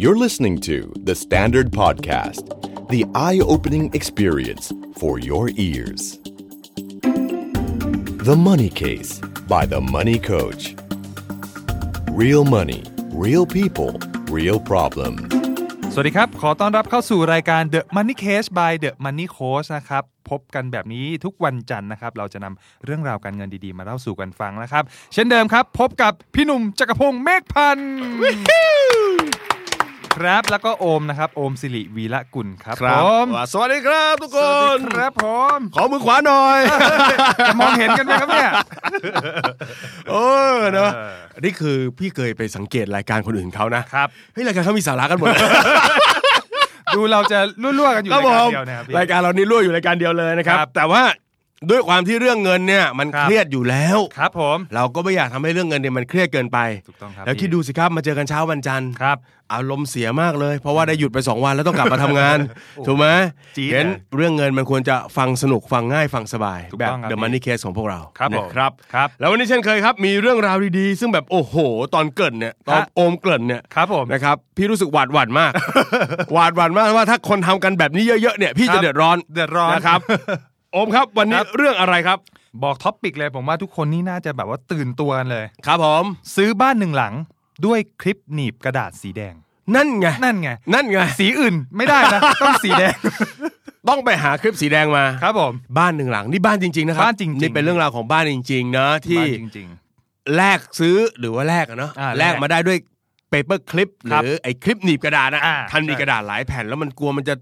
You're listening to The Standard Podcast, the eye opening experience for your ears. The Money Case by The Money Coach. Real money, real people, real problems. สวัสดีครับ ขอต้อนรับเข้าสู่รายการ The Money Case by The Money Coach นะครับ พบกันแบบนี้ทุกวันจันทร์นะครับ เราจะนำเรื่องราวการเงินดีๆ มาเล่าสู่กันฟังนะครับ เช่นเดิมครับ พบกับพี่หนุ่มจักรพงศ์เมฆพันธ์ครับ แล้วก็โอมนะครับ โอมสิริวีระกุลครับ ครับ ผม สวัสดีครับทุกค สวัส น ดีครับผม ขอมือขวาหน่อย จะมองเห็นกันไหมครับเนี่ย เออเนอะนี่คือพี่เคยไปสังเกตรายการคนอื่นเขานะครับ เฮ้ยรายการเขามีสาระกันหมดเลย ดูเราจะรั่วๆกันอยู่ ค ใน รับผ การ ม เดียวนะครับพี่ รายการเรานี่รั่วอยู่รายการเดียวเลยนะครับ ครับ แต่ว่าด้วยความที่เรื่องเงินเนี่ยมัน ครับ เครียดอยู่แล้ว ครับผม เราก็ไม่อยากทำให้เรื่องเงินเนี่ยมันเครียดเกินไป ถูกต้องครับ แล้วคิดดูสิครับมาเจอกันเช้าวันจันทร์ ครับ อารมณ์เสียมากเลย เพราะว่าได้หยุดไปสองวันแล้วต้องกลับมาทำงานถูกไหม จี๊ด เห็น เลย เรื่องเงินมันควรจะฟังสนุกฟังง่ายฟังสบาย ถูก แบบ ต้องครับ The Money Case ของพวกเรา ครับผม นะ ครับ แล้ววันนี้เช่นเคยครับ มีเรื่องราวดีๆ ซึ่งแบบโอ้โห ตอนเกรินเนี่ย ตอน ฮะ โอมเกรินเนี่ย ครับผม นะครับ พี่รู้สึกหวาดหวั่น มาก หวาดหวั่นมากว่าถ้าคนทำกันแบบนี้เยอะๆเนี่ย พี่ ครับ จะเดือดร้อน เดือดร้อน นะครับ โอมครับวันนี้ ครับ เรื่องอะไรครับ บอกท็อปปิกเลยผมว่าทุกคนนี่น่าจะแบบว่าตื่นตัวกันเลย ครับผม ซื้อบ้านหนึ่งหลังด้วยคลิปหนีบกระดาษสีแดง นั่นไง นั่นไง นั่นไง สีอื่นไม่ได้นะ ต้องสีแดง ต้องไปหาคลิปสีแดงมา ครับผม บ้านหนึ่งหลังนี่บ้านจริงๆนะครับ บ้านจริงๆ นี่เป็นเรื่องราวของบ้านจริงๆนะที่ บ้านจริง แลกซื้อหรือว่าแลกอะเนาะ อ่า แลกมาได้ด้วยเปเปอร์คลิปห ครับ รือไอ้คลิปหนีบกระดาษนะ อ่า ท่านมี ใช่ กระดาษหลายแผ่นแล้วมันกลัวมันจะ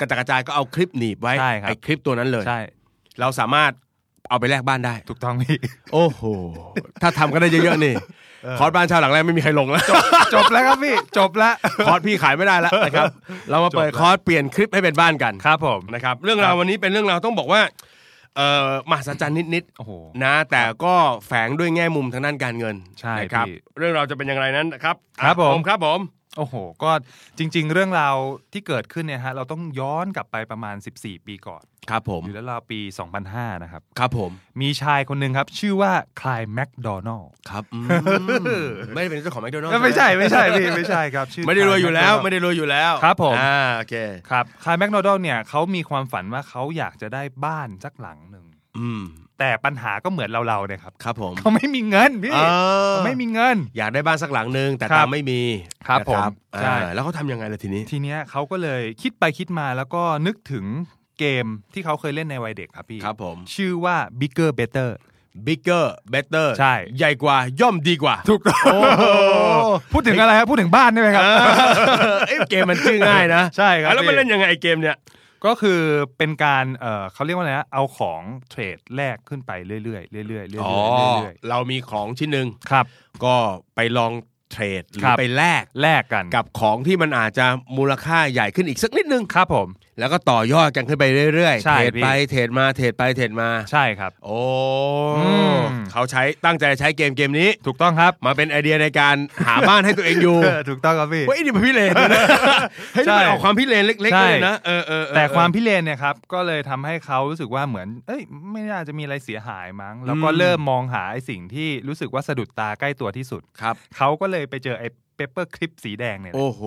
กระจัดกระจายก็เอาคลิปหนีบไว้ ใช่ครับ ไอ้คลิปตัวนั้นเลย ๆ ใช่ เราสามารถเอาไปแลกบ้านได้ ถูกต้องพี่ โอ้โห ถ้าทำก็ได้เยอะๆนี่ คอร์สบ้านชาวหลังแรกไม่มีใครลงแล้ว จบแล้วครับพี่ จบแล้ว คอร์สพี่ขายไม่ได้แล้วนะครับ เรามาเปิดคอร์สเปลี่ยนคลิปให้เป็นบ้านกัน ครับผม นะครับ เรื่องราววันนี้เป็นเรื่องราวต้องบอกว่าเอ่อมหัศจรรย์นิด โอ้โห ๆนะ แต่ก็แฝงด้วยแง่มุมทางด้านการเงิน ใช่ นะครับ พี่ เรื่องราวจะเป็นอย่างไรนั้นนะครับ ครับผม อ่ะผมครับผม โอ้โห ก็จริง ๆ เรื่องราวที่เกิดขึ้นเนี่ยฮะ เราต้องย้อนกลับไปประมาณ 14 ปีก่อน ครับผม อยู่แล้วราวปี 2005 นะครับ ครับผม มีชายคนหนึ่งครับ ชื่อว่าคลายแมคโดนัลล์ ครับอืม ไม่ได้เป็นเจ้าของแมคโดนัล ไม่ใช่ไม่ใช่พี่ไม่ใช่ครับชื่ ไม่ได้รวยอยู่แล้ว Clive ไม่ McDonald ได้รวยอยู่แล้ว ครับผม อ่าโอเค ครับคายแมคโนดลเนี่ยเขามีความฝันว่าเขาอยากจะได้บ้านสักหลังหนึ่ง อืม แต่ปัญหาก็เหมือนเราเราๆเนี่ยครับ ครับผม เขาไม่มีเงินพี่ เออ เขาไม่มีเงิน อยากได้บ้านสักหลังหนึ่งแต่ ครั ตา บ มไม่มี ครับ นะ ผมใช่ อ่าแล้วเขาทำยังไงล่ะทีนี้ ทีเนี้ยเขาก็เลยคิดไปคิดมาแล้วก็นึกถึงเกมที่เขาเคยเล่นในวัยเด็กครับพี่ ครับผม ชื่อว่า bigger better bigger better ใช่ ใหญ่กว่าย่อมดีกว่า ถูกต้องพูดถึงอะไรครับพูดถึงบ้านใช่ไหมครับ เอ้ยเกมมันชื่อง่ายนะ ใช่ครับ แล้วมันเล่นยังไงไอ้เกมเนี่ย ก็คือเป็นการเอ่อเขาเรียกว่าอะไรนะเอาของเทรดแลกขึ้นไปเรื่อยๆเรื่อยๆเรื่อยๆเรื่อยๆเ อ๋อ รื่อย เรามีของชิ้นหนึ่ง ๆครับ ก็ไปลองเทรดหรื ครั อบ ไปแลก แลกกัน กับของที่มันอาจจะมูลค่าใหญ่ขึ้นอีกสักนิดนึง ครับผม แล้วก็ต่อยอดกันขึ้นไปเรื่อยๆ ใช่ เทรด พี่ ไปเทรดมาเทรดไปเทรดมา ใช่ครับ โอ้ อืม เขาใช้ตั้งใจใช้เกมเกมนี้ ถูกต้องครับ มาเป็นไอเดียในการหาบ้านให้ตัวเองอยู่ เออถูกต้องครับพี่ เฮ้ยนี่มันพิเรนนะ เฮ้ยนี่มันออกความพิเรนเล็ก ใช่ ๆเลยนะเออเออเออ แต่ความพิเรนเนี่ยครับ ก็เลยทำให้เขารู้สึกว่าเหมือน เอ้ย ไม่น่าจะมีอะไรเสียหายมั้ง แล้วก็เริ่มมองหาไอ้สิ่งที่รู้สึกว่าสะดุดตาใกล้ตัวที่สุด ครับ เขาก็เลยไปเจอไอ้เปเปอร์คลิปสีแดงเนี่ยแหละ โอ้โห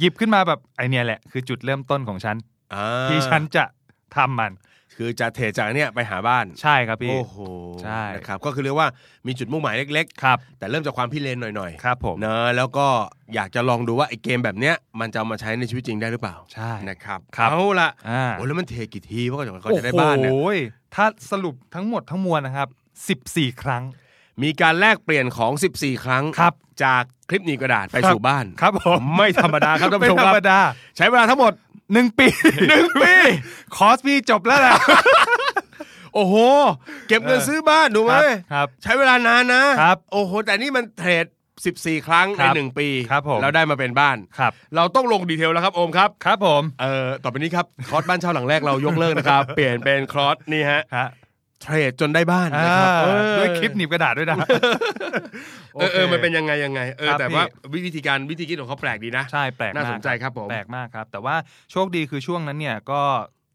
หยิบขึ้นมาแบบไอเนี่ยแหละ คือจุดเริ่มต้นของฉัน อ่า ที่ฉันจะทำมัน คือจะเทจากเนี่ยไปหาบ้าน ใช่ครับพี่ โอ้โห ใช่ นะครับ ก็คือเรียกว่ามีจุดมุ่งหมายเล็ก ครับ ๆ แต่เริ่มจากความพิเรนหน่อย ครับผม ๆเนอะแล้วก็อยากจะลองดูว่าไอ้เกมแบบเนี้ยมันจะเอามาใช้ในชีวิตจริงได้หรือเปล่า ใช่ นะครับ ครับ เอาละ อ่า โอ้แล้วมันเทกี่ทีเพราะกว่าเขาจะได้บ้านเนี่ย โอ้โหถ้าสรุปทั้งหมดทั้งมวลนะครับ14 ครั้ง มีการแลกเปลี่ยนของ 14 ครั้ง ครับ จากคลิปหนีบกระดาษไปสู่บ้าน ครับผม ไม่ธรรมดาครับท่านผู้ชม ไธรครับ รมดา ใช้เวลาทั้งหมด หนึ่งปี หนึ่งปี คอร์สพี่จบแล้วล่ะ โอ้โห เก็บเงิน เออ ซื้อบ้านดูไหม ครับ ใช้เวลานานนะครับ โอ้โห แต่นี่มันเทรด 14 ครั้ง ค ใน รับ หนึ่งปี ครับผม แล้วได้มาเป็นบ้าน ครับ เราต้องลงดีเทลแล้วครับโอมครับ ครับผม เอ่อต่อไปนี้ครับ คอร์สบ้านเช่าหลังแรกเรายกเลิกนะครับ เปลี่ยนเป็นคอร์สนี่ฮะ ฮะ เทรดจนได้บ้าน อ่า นะครับเออ ด้วยคลิปหนีบกระดาษด้วยนะ เออเออมันเป็นยังไงยังไงเออ ครับ แต่ว่า พี่ วิธีการวิธีคิดของเขาแปลกดีนะ ใช่แปลน่ามกาก สนใจครับผม แปลกมากครับ แต่ว่าโชคดีคือช่วงนั้นเนี่ยก็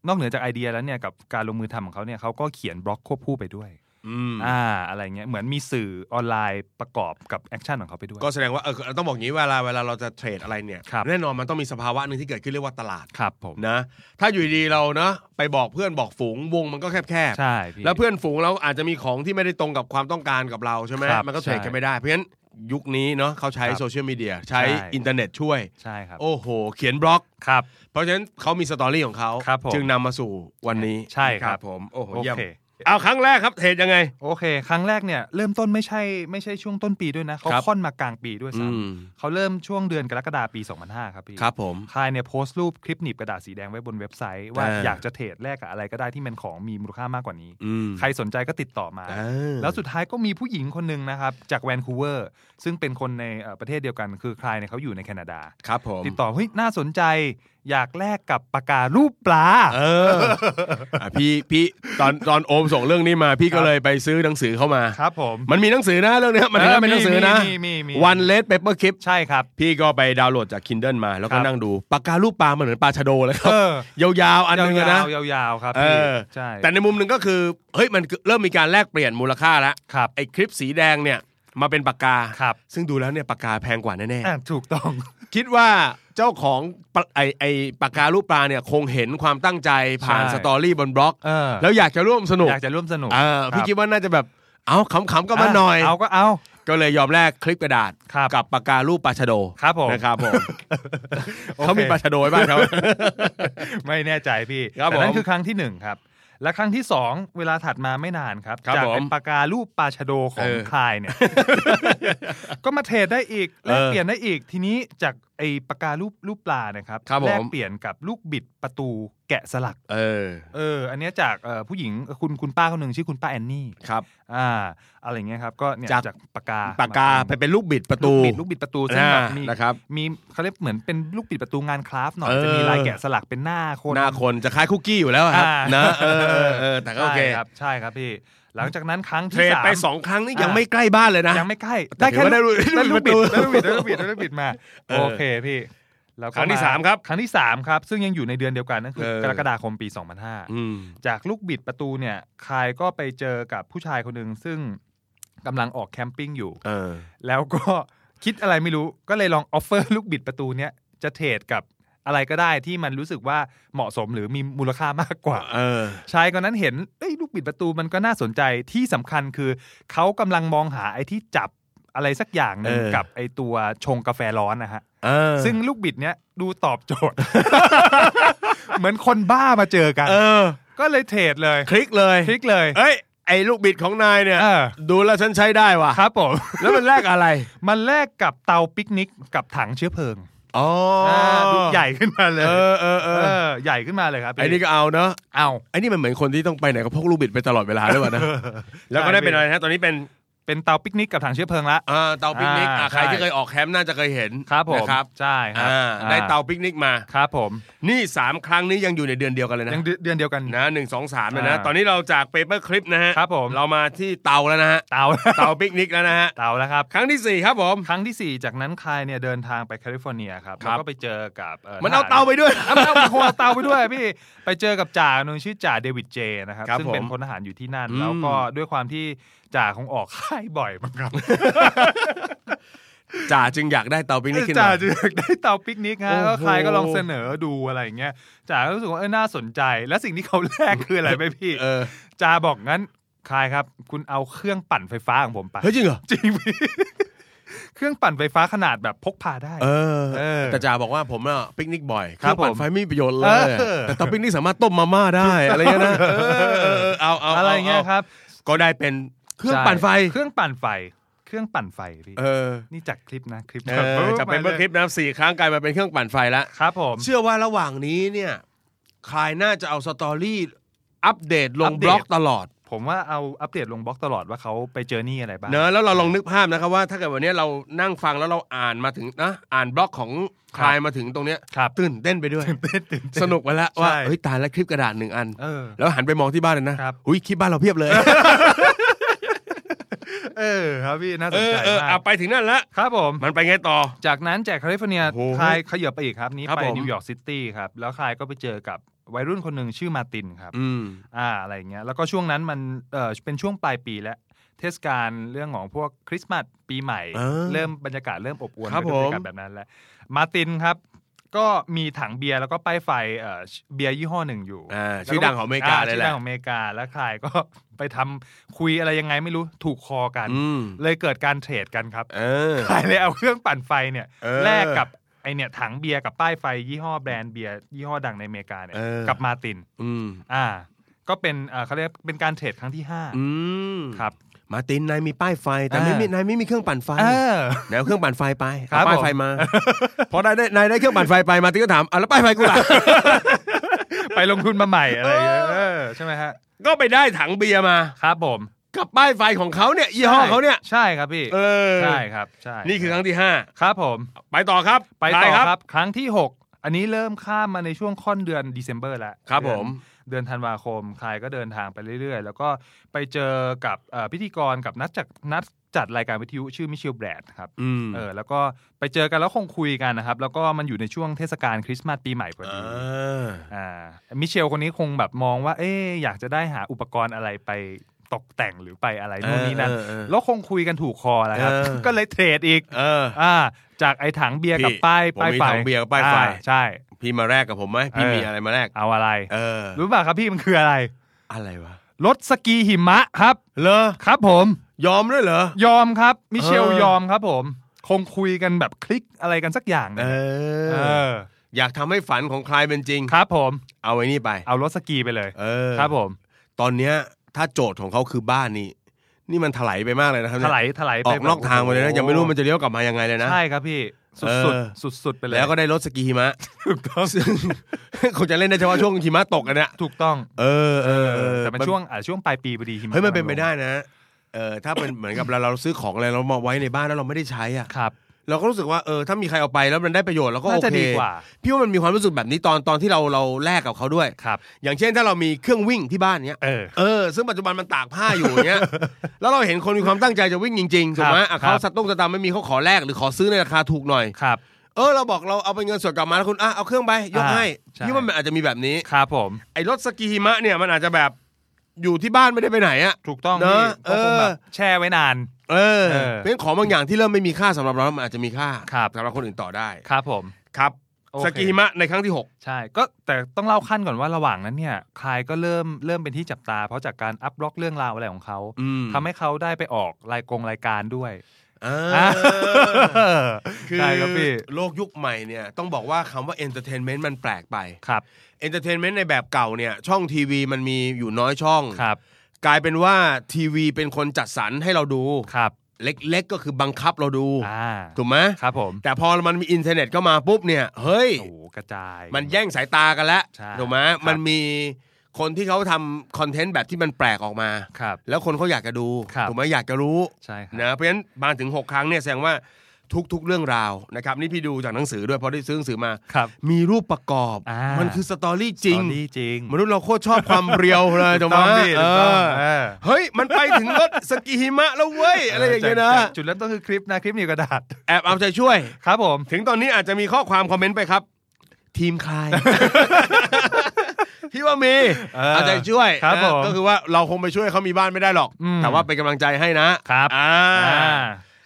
นอกเหนือจากไอเดียแล้วเนี่ยกับการลงมือทำของเขาเนี่ยเขาก็เขียนบล็อกควบคู่ไปด้วย อืม อ่าอะไรเงี้ยเหมือนมีสื่อออนไลน์ประกอบกับแอคชั่นของเขาไปด้วย ก็แสดงว่าเออต้องบอกงี้เวลาเวลาเราจะเทรดอะไรเนี่ย ครับ แน่นอนมันต้องมีสภาวะหนึ่งที่เกิดขึ้นเรียกว่าตลาด ครับผม นะ ถ้าอยู่ดีๆเราเนาะไปบอกเพื่อนบอกฝูงวงมันก็แคบๆ ใช่พี่ แล้วเพื่อนฝูงเราอาจจะมีของที่ไม่ได้ตรงกับความต้องการกับเราใช่ไหม ครับ มันก็เทรด ใช่ กันไม่ได้ เพราะฉะนั้นยุคนี้เนาะเขาใช้ ครับ โซเชียลมีเดียใช้ ใช่ อินเทอร์เน็ตช่วย ใช่ครับ โอ้โห เขียนบล็อก ครับ เพราะฉะนั้นเขามีสตอรี่ของเขา ครับผม จึงนำมาสู่วันนี้ ใช่ครับ ผมโอ้โห โอ เยี่ยม เค เอาครั้งแรกครับเทรดยังไง โอเค ครั้งแรกเนี่ยเริ่มต้นไม่ใช่ไม่ใช่ช่วงต้นปีด้วยนะเขา ครับ ค่อนมากลางปีด้วย อื ซ้ ม ำเขาเริ่มช่วงเดือนกรกฎาปี 2005 ครับพี่ ครับผม คายเนี่ยโพสต์รูปคลิปหนีบกระดาษสีแดงไว้บนเว็บไซต์ว่า อ่า อยากจะเทรดแลกกับอะไรก็ได้ที่มันของมีมูลค่ามากกว่านี้ อืม ใครสนใจก็ติดต่อมา อ่า แล้วสุดท้ายก็มีผู้หญิงคนหนึ่งนะครับ จากแวนคูเวอร์ซึ่งเป็นคนในเอ่อประเทศเดียวกันคือคลายเนี่ยเขาอยู่ในแคนาดา ครับผม ติดต่อเฮ้ยน่าสนใจ อยากแลกกับปากการูปปลา เอออ่ะพี่พี่ตอนตอนโอมส่งเรื่องนี้มา พี่ ครั ก็ บ เลยไปซื้อหนังสือเข้ามา ครับผม มันมีหนังสือนะเรื่องเนี้ยมันถือว่าเป็นหนังสือนะ มีมีมีมี One Red Paper Clip ใช่ครับ พี่ก็ไปดาวน์โหลดจาก Kindle มาแล้ว ค ก็ รับ นั่งดูปากกาลูกปลามันเหมือนปลาชะโดเลยครับ เออ ยาวๆ อันหนึงอะนะ ยาวๆยาวๆครับ เอ พี่ อ ใช่ แต่ในมุมหนึ่งก็คือ เฮ้ย มันเริ่มมีการแลกเปลี่ยนมูลค่าแล้ว ครับ ไอ้คลิปสีแดงเนี่ย มาเป็นปากกา ครับ ซึ่งดูแล้วเนี่ยปากกาแพงกว่าแน่ อ่ะถูกต้อง ๆ คิดว่าเจ้าของปะไอไอปากกาลูกปลาเนี่ยคงเห็นความตั้งใจผ่าน ใช่ สตอรี่บนบล็อก เออ แล้วอยากจะร่วมสนุก อยากจะร่วมสนุก เออพี่ รับ คิดว่าน่าจะแบบ เอาขำๆก็มาหน่อย ะเอาก็เอา ก็เลยยอมแลกคลิปกระดาษ ครับ กับปากกาลูกปลาชะโด ครับผม นะครับผม โอค เขามีปลา ชะโดยบ้างครับ ไม่แน่ใจพี่ ครับ แต่นั่ ผม นคือครั้งที่หนึ่งครับ และครั้งที่สองเวลาถัดมาไม่นานครับ ครับ จาก ผม เป็นปากการูปปลาชะโดของ เออ คลายเนี่ย ก็มาเทรดได้อีก เอ แล อก เปลี่ยนได้อีกทีนี้จากไอ้ปากการูปรูปปลานะครับ ครับผม แลกเปลี่ยนกับลูกบิดประตูแกะสลัก เออ เออ อันเนี้ยจากเอ่อผู้หญิงคุณคุณป้าคนหนึ่งชื่อคุณป้าแอนนี่ ครับ อ่าอะไรเงี้ยครับก็เนี่ย จาก จากปากกา ปากกาม ไปเป็นลูกบิดประตู ลูกบิดลูกบิดประตูซึ่งแบบ อ่า มี นะครับ มีเขาเรียกเหมือนเป็นลูกบิดประตูงานคราฟต์หน่อย เออ จะมีลายแกะสลักเป็นหน้าคน หน้าคนจะคล้ายคุกกี้อยู่แล้วอะครับ อ่า นะเออเออเออแต่ก็โอเค ใช่ครับใช่ครับพี่ หลังจากนั้นครั้ง เทร ที่ ด สาม ไปสองครั้งนี่ยังไม่ใกล้บ้านเลยนะ ยังไม่ใกล้ แต่ถือว่า ลูก ได้ ได้ ลู ลูกกบิ บิ ด ดได้ลูกบิดได้ลูกบิดได้ลูกบิดมา เออ โอเคพี่แล้วก็ ครั้งที่สามครับ ครั้งที่สามครับ ซึ่งยังอยู่ในเดือนเดียวกันนั่นคือ เออ กรกฎาคมปี 2005 อืม จากลูกบิดประตูเนี่ยคายก็ไปเจอกับผู้ชายคนหนึ่งซึ่งกำลังออกแคมปิ้งอยู่ เออ แล้วก็ คิดอะไรไม่รู้ก็เลยลองออฟเฟอร์ลูกบิดประตูเนี้ยจะเทรดกับอะไรก็ได้ที่มันรู้สึกว่าเหมาะสมหรือมีมูลค่ามากกว่า เออ ชายคนนั้นเห็นเอ้ยลูกบิดประตูมันก็น่าสนใจที่สำคัญคือ เขากำลังมองหาไอ้ที่จับอะไรสักอย่างหนึ่ง เออ กับไอ้ตัวชงกาแฟร้อนนะฮะ เออ ซึ่งลูกบิดเนี้ยดูตอบโจทย์ เหมือนคนบ้ามาเจอกัน เออ ก็เลยเทรดเลย คลิกเลย คลิกเลย เอ้ยไอ้ลูกบิดของนายเนี่ย เออ ดูแล้วฉันใช้ได้ว่ะ ครับผม แล้วมันแลกอะไร มันแลกกับเตาปิกนิกกับถังเชื้อเพลิง อ๋อ อ่าดูใหญ่ขึ้นมาเล เอย อเออเอ เอ อ อ ใหญ่ขึ้นมาเลยครับพี่ ไอ้นี่ก็เอาเนาะ เอา ไอ้นี่มันเหมือนคนที่ต้องไปไหนก็พกลูกบิดไปตลอดเวลาด้วยวะนะ แล้วก็ได้เป็นอะไรนะตอนนี้เป็น เป็นเตาปิกนิกกับถังเชื้อเพลิงละ อ่าเตาปิกนิก อ่า อ่ะใคร ใช่ ที่เคยออกแคมป์น่าจะเคยเห็น ครับผม นะครับ ใช่ครับ อ่า อ่ ได้เตาปิกนิกมา ครับผม นี่ 3 ครั้งนี้ยังอยู่ในเดือนเดียวกันเลยนะ ยังเดือนเดือนเดียวกัน นะหนึ่งสองสามเลยนะ อ่า ตอนนี้เราจากเปเปอร์คลิปนะฮะ ครับผม เรามาที่เตาแล้วนะฮะ เตา เตาปิกนิกแล้วนะฮะ เตาแล้วครับ ครั้งที่ 4 ครับผม ครั้งที่ 4 จากนั้นคายเนี่ยเดินทางไปแคลิฟอร์เนียครับ ครั แล้ว บ ก็ไปเจอกับอ่อ มันเอา ทหร เตาไปด้วย เอาเอามันคงเอาเตาไปด้วยพี่ ไปเจอกับจ่าหนึ่งชื่อจ่าเดวิดเจนะครับ ครับ ซึ่งเป็น ผม พลทหารอยู่ที่นั่น อืม แล้วก็ด้วยความที่จ่าคงออกค่ายบ่อยมั้งครับ จ่าจึงอยากได้เตาปิกนิกขึ้น จ่า มา จะอยากได้เตาปิกนิกฮะ โอ้ ก็ โห ใครก็ลองเสนอดูอะไรอย่างเงี้ยจ่าก็รู้สึกว่าเออน่าสนใจ และสิ่งที่เขาแลกคืออะไรไหมพี่ เออ จ่าบอกงั้นคายครับ คุณเอาเครื่องปั่นไฟฟ้าของผมไป เฮ้ยจริงเหรอ จริงพี่ เครื่องปั่นไฟฟ้าขนาดแบบพกพาได้ เออ เออ แต่จ่าบอกว่าผมอะปิกนิกบ่อย ครับ เองปั่น ผม ไฟไม่มีประโยชน์เลย เออ แต่เตาปิกนิกสามารถต้มมาม่าได้อะไรเงี้ยนะเออเออเออเอาเอา อะไรเงี้ยครับ ก็ได้เป็นเครื่องปั่นไฟ ใช่เครื่องปั่นไฟ เครื่องปั่นไฟพี่ เออ นี่จากคลิปนะคลิป เออจะเป็นเบอร์คลิปนะครับสี่ครั้งกลายมาเป็นเครื่องปั่นไฟแล้ว ครับผม เชื่อว่าระหว่างนี้เนี่ยคลายน่าจะเอาสตอรี่อัปเดตลง อัป บ เดต ล็อกตลอด ผมว่าเอาอัปเดตลงบล็อกตลอดว่าเขาไปเจอนี่อะไรบ้าง เนอะแล้วเราลองนึกภาพนะครับว่าถ้าเกิดวันนี้เรานั่งฟังแล้วเราอ่านมาถึงนะอ่านบล็อกของคลายมาถึงตรงเนี้ย ครับ ตื่นเต้นไปด้วย สนุกไปแล้ว ใช่ ว่าเฮ้ยตายแล้วคลิปกระดาษหนึ่งอัน เออ แล้วหันไปมองที่บ้านเลยนะครับ อุ้ยคลิปบ้านเราเพียบเลย เออครับพี่น่าส เอนอ ใจ เออ มา เอา ก ไปถึงนั่นละ ครับผม มันไปไงต่อ จากนั้นจากแคลิฟอร์เนีย โอ้โห คายขยับไปอีกครับ นี้ ครับ ไป ผม นิวยอร์กซิตี้ครับ แล้วคายก็ไปเจอกับ วัยรุ่นคนหนึ่งชื่อมาร์ตินครับ อืม อ่าอะไรอย่างเงี้ยแล้วก็ช่วงนั้นมันเออเป็นช่วงปลายปีแล้ว เทศกาลเรื่องของพวกคริสต์มาสปีใหม่ อ่า เริ่มบรรยากาศเริ่มอบอวล ครับ ไปด้วยบรรยากา ผม ศแบบนั้นแล้ว มาร์ตินครับ ก็มีถังเบียร์แล้วก็ป้ายไฟเอ่อเบียร์ยี่ห้อหนึ่งอยู่ อ่าชื่อดังของอเมริกาเลยแห ชื่อ ละ ดังของอเมริกาแล้วใครก็ ไปทำคุยอะไรยังไงไม่รู้ถูกคอกัน อืม เลยเกิดการเทรดกันครับ เออ ใครเลยเอาเครื่องปั่นไฟเนี่ย เออ แลกกับไอเนี่ยถังเบียร์กับป้ายไฟยี่ห้อแบรนด์เบียร์ยี่ห้อดังในอเมริกาเนี่ย เออ กับมาร์ติน อืม อ่า ก็เป็นเอ่อเขาเรียกเป็นการเทรดครั้งที่ 5 อืม ครับ มาร์ตินนายมีป้ายไฟ แต่ไม่มี อ่าน นายไม่มีเครื่องปั่นไฟ เอ อ นายเอาเครื่องปั่นไฟไป ครับเอาป้าย ผม ไฟมา พอนายได้นายได้เครื่องปั่นไฟไปมาร์ตินก็ถามอ่ะแล้วป้ายไฟกูล่ะ ไปลงทุนมาใหม่อะไรอย่างเงี้ยเออใช่ไหมฮะ ก็ไปได้ถังเบียร์มา ครับผม กับป้ายไฟของเขาเนี่ยยี่ห้อเขาเนี่ย ใช่ครับพี่ เออ ใช่ครับ ใช่ นี่คือครั้งที่ห้า ครับผม ไปต่อครับ ไปต่อ ใ ครับ ครั้งที่ 6 อันนี้เริ่มข้ามมาในช่วงค่อนเดือนเดซ ember แล้ว ครับ เดือน ผม เดือนธันวาคมคายก็เดินทางไปเรื่อย ๆ แล้วก็ไปเจอกับเอ่อพิธีกรกับนักจัดนักจัดรายการวิทยุชื่อมิเชลแบรดครับ อืม เออแล้วก็ไปเจอกันแล้วคงคุยกันนะครับ แล้วก็มันอยู่ในช่วงเทศกาลคริสต์มาสปีใหม่พอดี อ่ามิเชลคนนี้คงแบบมองว่า เอ๊ะอยากจะได้หาอุปกรณ์อะไรไปตกแต่งหรือไปอะไรนู่นนี่นั่น เออเออ แล้วคงคุยกันถูกคอแหล้วครับ เออ ก็เลยเทรดอีก เออ อ่าจากไอ้ถังเบียร์กับ พี่ ป้าย ผม ป้าย มี ไฟ ถังเบียร์กับป้ายไฟ อ่ใช่ พี่มาแรกกับผมไหมพี่ เออ มีอะไรมาแรก เอาอะไร เออ รู้ป่ะครับพี่มันคืออะไร อะไรวะ รถสกีหิมะครับ เหรอ ครับ ผม ยอมด้วยเหรอ ยอมครับมิเชล เออ ยอมครับผม คงคุยกันแบบคลิกอะไรกันสักอย่างห เอ นึ่งเอ อ อ อยากทำให้ฝันของใครเป็นจริง ครับผม เอาไว้นี่ไป เอารถสกีไปเลย เออ ครับผม ตอนเนี้ยถ้าโจทย์ของเขาคือบ้านนี่ นี่มันถลายไปมากเลยนะครับ ถ เนี่ย ลายถลาย อ ไป อกนอกทางไปเลยนะ ยังไม่รู้มันจะเลี้ยวกลับมายังไงเลยนะ ใช่ครับพี่สุด เอ สุด อ สุดสุดๆไปเลย แล้วก็ได้รถสกีหิมะซึ่ง คงจะเล่นได้เฉพาะช่วงหิมะตกกันเนี่ย ถูกต้อง เออเออเออ แต่มันช่วงอ่าช่วงปลายปีพอดีหิมะ เฮ้ยมันเป็นไปได้นะ เออถ้าเป็น เหมือนกับเรา เราซื้อของอะไรเรามาไว้ในบ้านแล้วเราไม่ได้ใช้อ่ะ ครับ เราก็รู้สึกว่าเออถ้ามีใครเอาไปแล้วมันได้ประโยชน์เราก็ น่า โอ จะ เค ดีกว่า พี่ว่ามันมีความรู้สึกแบบนี้ตอนตอนที่เราเราแลกกับเขาด้วย ครับ อย่างเช่นถ้าเรามีเครื่องวิ่งที่บ้านเนี้ย เออ เออซึ่งปัจจุบันมันตากผ้าอยู่ เนี้ย แล้วเราเห็นคนมีความตั้งใจจะวิ่งจริงๆถูกไหม ครับ อ่ะ ครั เขา บ สตุ้งสตางค์ไม่มีเขาขอแลกหรือขอซื้อในราคาถูกหน่อย ครับ เออเราบอกเราเอาไปนเงินสดกลับมาแล้วคุณอ่ะเอาเครื่องไปยก อ่า ให้ ใช่ พี่ว่ามันอาจจะมีแบบนี้ ครับผม ไอ้รถสกีหิมะเนี่ยมันอาจจะแบบอยู่ที่บ้านไม่ได้ไปไหนอ่ะ ถูกต้อง เน พี่ อะ ก็คงแบบ เออ แช่ไว้นาน เออ เออ เพราะฉะนั้นของบางอย่างที่เริ่มไม่มีค่าสำหรับเรามันอาจจะมีค่า ครับ สำหรับคนอื่นต่อได้ ครับผม ครับ โอเค สกีหิมะในครั้งที่หก ใช่ก็แต่ต้องเล่าขั้นก่อนว่าระหว่างนั้นเนี่ยคายก็เริ่มเริ่มเป็นที่จับตา เพราะจากการอัพบล็อกเรื่องราวอะไรของเขา อืม ทำให้เขาได้ไปออกรายกงรายการด้วย อ่า คือ ใช่ครับพี่ โลกยุคใหม่เนี่ยต้องบอกว่าคำว่า entertainment มันแปลกไป ครับ entertainment ในแบบเก่าเนี่ยช่องทีวีมันมีอยู่น้อยช่อง ครับ กลายเป็นว่าทีวีเป็นคนจัดสรรให้เราดู ครับ เล็กๆก็คือบังคับเราดู อ่า ถูกไหม ครับผม แต่พอมันมีอินเทอร์เน็ตเข้ามาปุ๊บเนี่ยเฮ้ย โอ้โหกระจาย มันแย่งสายตากันแล้ว ใช่ ถูกไหม ครับ มันมีคนที่เขาทำคอนเทนต์แบบที่มันแปลกออกมา ครับ แล้วคนเขาอยากจะดู ครับ ถูกไหมอยากจะรู้ ใช่ครับ นะเพราะฉะนั้นมาถึง 6 ครั้งเนี่ยแสดงว่าทุกๆเรื่องราวนะครับนี่พี่ดูจากหนังสือด้วยเพราะได้ซื้อหนังสือมา ครับ มีรูปประกอบ อ่ามั มันคือสตอรี่จริง สตอรี่จริง มนุษย์เราโคตรชอบความเรียวเลยจังหวะ พี่ เอ ถูกต้อง อ เออ เฮ้ย มันไปถึงรถสกีหิมะแล้วเว้ย อะไรอย่างเงี้ยนะ จกจุดเริ่มต้นคือคลิปนะคลิปหนีบกระดาษ แอบเอาใจช่วย ครับผม ถึงตอนนี้อาจจะมีข้อความคอมเมนต์ไปครับ ทีมใคร พี่ว่ามี เออ เอาใจช่วย ครับ นะ ผม ก็คือว่าเราคงไปช่วยเขามีบ้านไม่ได้หรอก อืม แต่ว่าเป็นกำลังใจให้นะครับ อ่า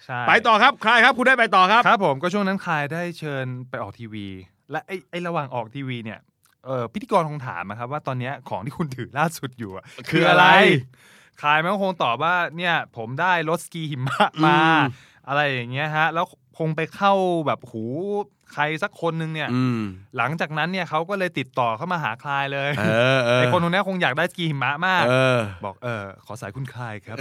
ใช่ ไปต่อครับ ใครครับ คุณได้ไปต่อครับ ครับผมก็ช่วงนั้นคายได้เชิญไปออกทีวี และไอ้ไอ้ระหว่างออกทีวีเนี่ยเออพิธีกรคงถามนะครับว่าตอนเนี้ยของที่คุณถือล่าสุดอยู่อะ คือ คืออะไร อะไร คายมันก็คงตอบว่าเนี่ยผมได้รถสกีหิมะมา อืม อะไรอย่างเงี้ยฮะ แล้วคงไปเข้าแบบหูใครสักคนนึงเนี่ย อืม หลังจากนั้นเนี่ยเขาก็เลยติดต่อเข้ามาหาคายเลย เออเออ ไอ้คนคนนี้คงอยากได้สกีหิมะมาก เออ บอกเออขอสายคุณคลายครับ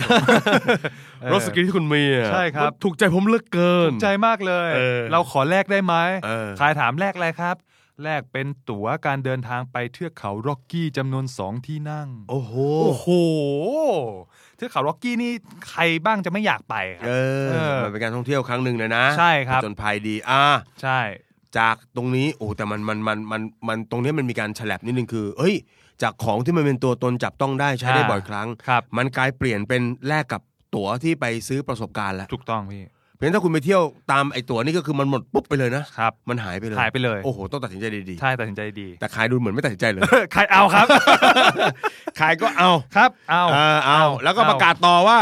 เออ รถสกีที่คุณมีอะ ใช่ครับ ถูกใจผมเหลือเกิน ใจมากเลย เออ เราขอแลกได้ไหม เออ คลายถามแลกอะไรครับ แลกเป็นตั๋วการเดินทางไปเทือกเขาโร็อกกี้จำนวนสองที่นั่ง โอ้โห โอ้โหเทือกเขาโร็อกกี้นี่ใครบ้างจะไม่อยากไปค เอ รับ อ เออ มันเป็นการท่องเที่ยวครั้งหนึ่งเลยนะ ใช่ครับ ผจนภัยดี อ่า ใช่ จากตรงนี้ โอ้ แต่มัน มัน มัน มัน มันตรงนี้มันมีการฉลับนิดนึงคือ เอ้ย จากของที่มันเป็นตัวตนจับต้องได้ใช้ได้ อ่า บ่อยครั้ง ครับ มันกลายเปลี่ยนเป็นแลกกับตั๋วที่ไปซื้อประสบการณ์แล้ว ถูกต้องพี่ เพราะฉะนั้นถ้าคุณไปเที่ยวตามไอ้ตั๋วนี่ก็คือมันหมดปุ๊บไปเลยนะ ครับ มันหายไปเลย หายไปเลย โอ้โห ต้องตัดสินใจดี ใช่ตัดสินใจดี ๆ แต่ขายดูเหมือนไม่ตัดสินใจเลย ใครเอาครับ ขายก็เอา ครับเอา เออเอา แล้วก็ประกาศต่อว่า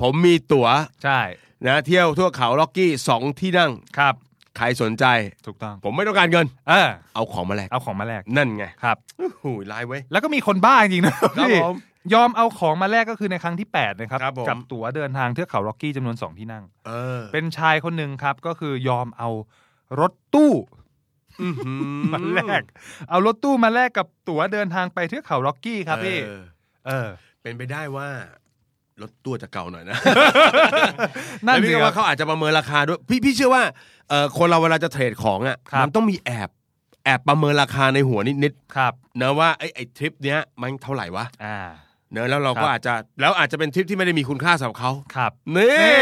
ผมมีตั๋ว ใช่ นะเที่ยวทั่วเขาล็อกกี้สองที่นั่ง ครับ ใครสนใจ ถูกต้อง ผมไม่ต้องการเงิน เออ เอาของมาแลก เอาของมาแลก นั่นไง ครับ โอ้โหูลายไว้ แล้วก็มีคนบ้าจริงๆนะครับ ครับ พี่ ผม ยอมเอาของมาแลกก็คือในครั้งที่ 8 นะครับ ครับผม กัตั๋วเดินทางเทือกเขาล็อกกี้จำนวน 2 ที่นั่ง เออ เป็นชายคนหนึ่งครับ ก็คือยอมเอารถตู้ อื้อหือ มาแลก เอารถตู้มาแลกกับตั๋วเดินทางไปเทือกเขาล็อกกี้ครับพี่ เออ เออ เป็นไปได้ว่ารถตัวจะเก่าหน่อยนะ นั่น แล้ว สิ พี่คก็ว่า รับ เขาอาจจะประเมินราคาด้วยพี่พี่เชื่อว่าเอ่อคนเราเวลาจะเทรดของอ่ะ ครับ มัต้องมีแอบแอบประเมินราคาในหัวนิด ครับ ๆนะว่าไอ้ไอ้ทริปเนี้ยมันเท่าไหร่วะ อ่า เนอะแล้วเรา ครั ก็ บ อาจจะแล้วอาจจะเป็นทริปที่ไม่ได้มีคุณค่าสำหรับเขา ครับ นี่ นี่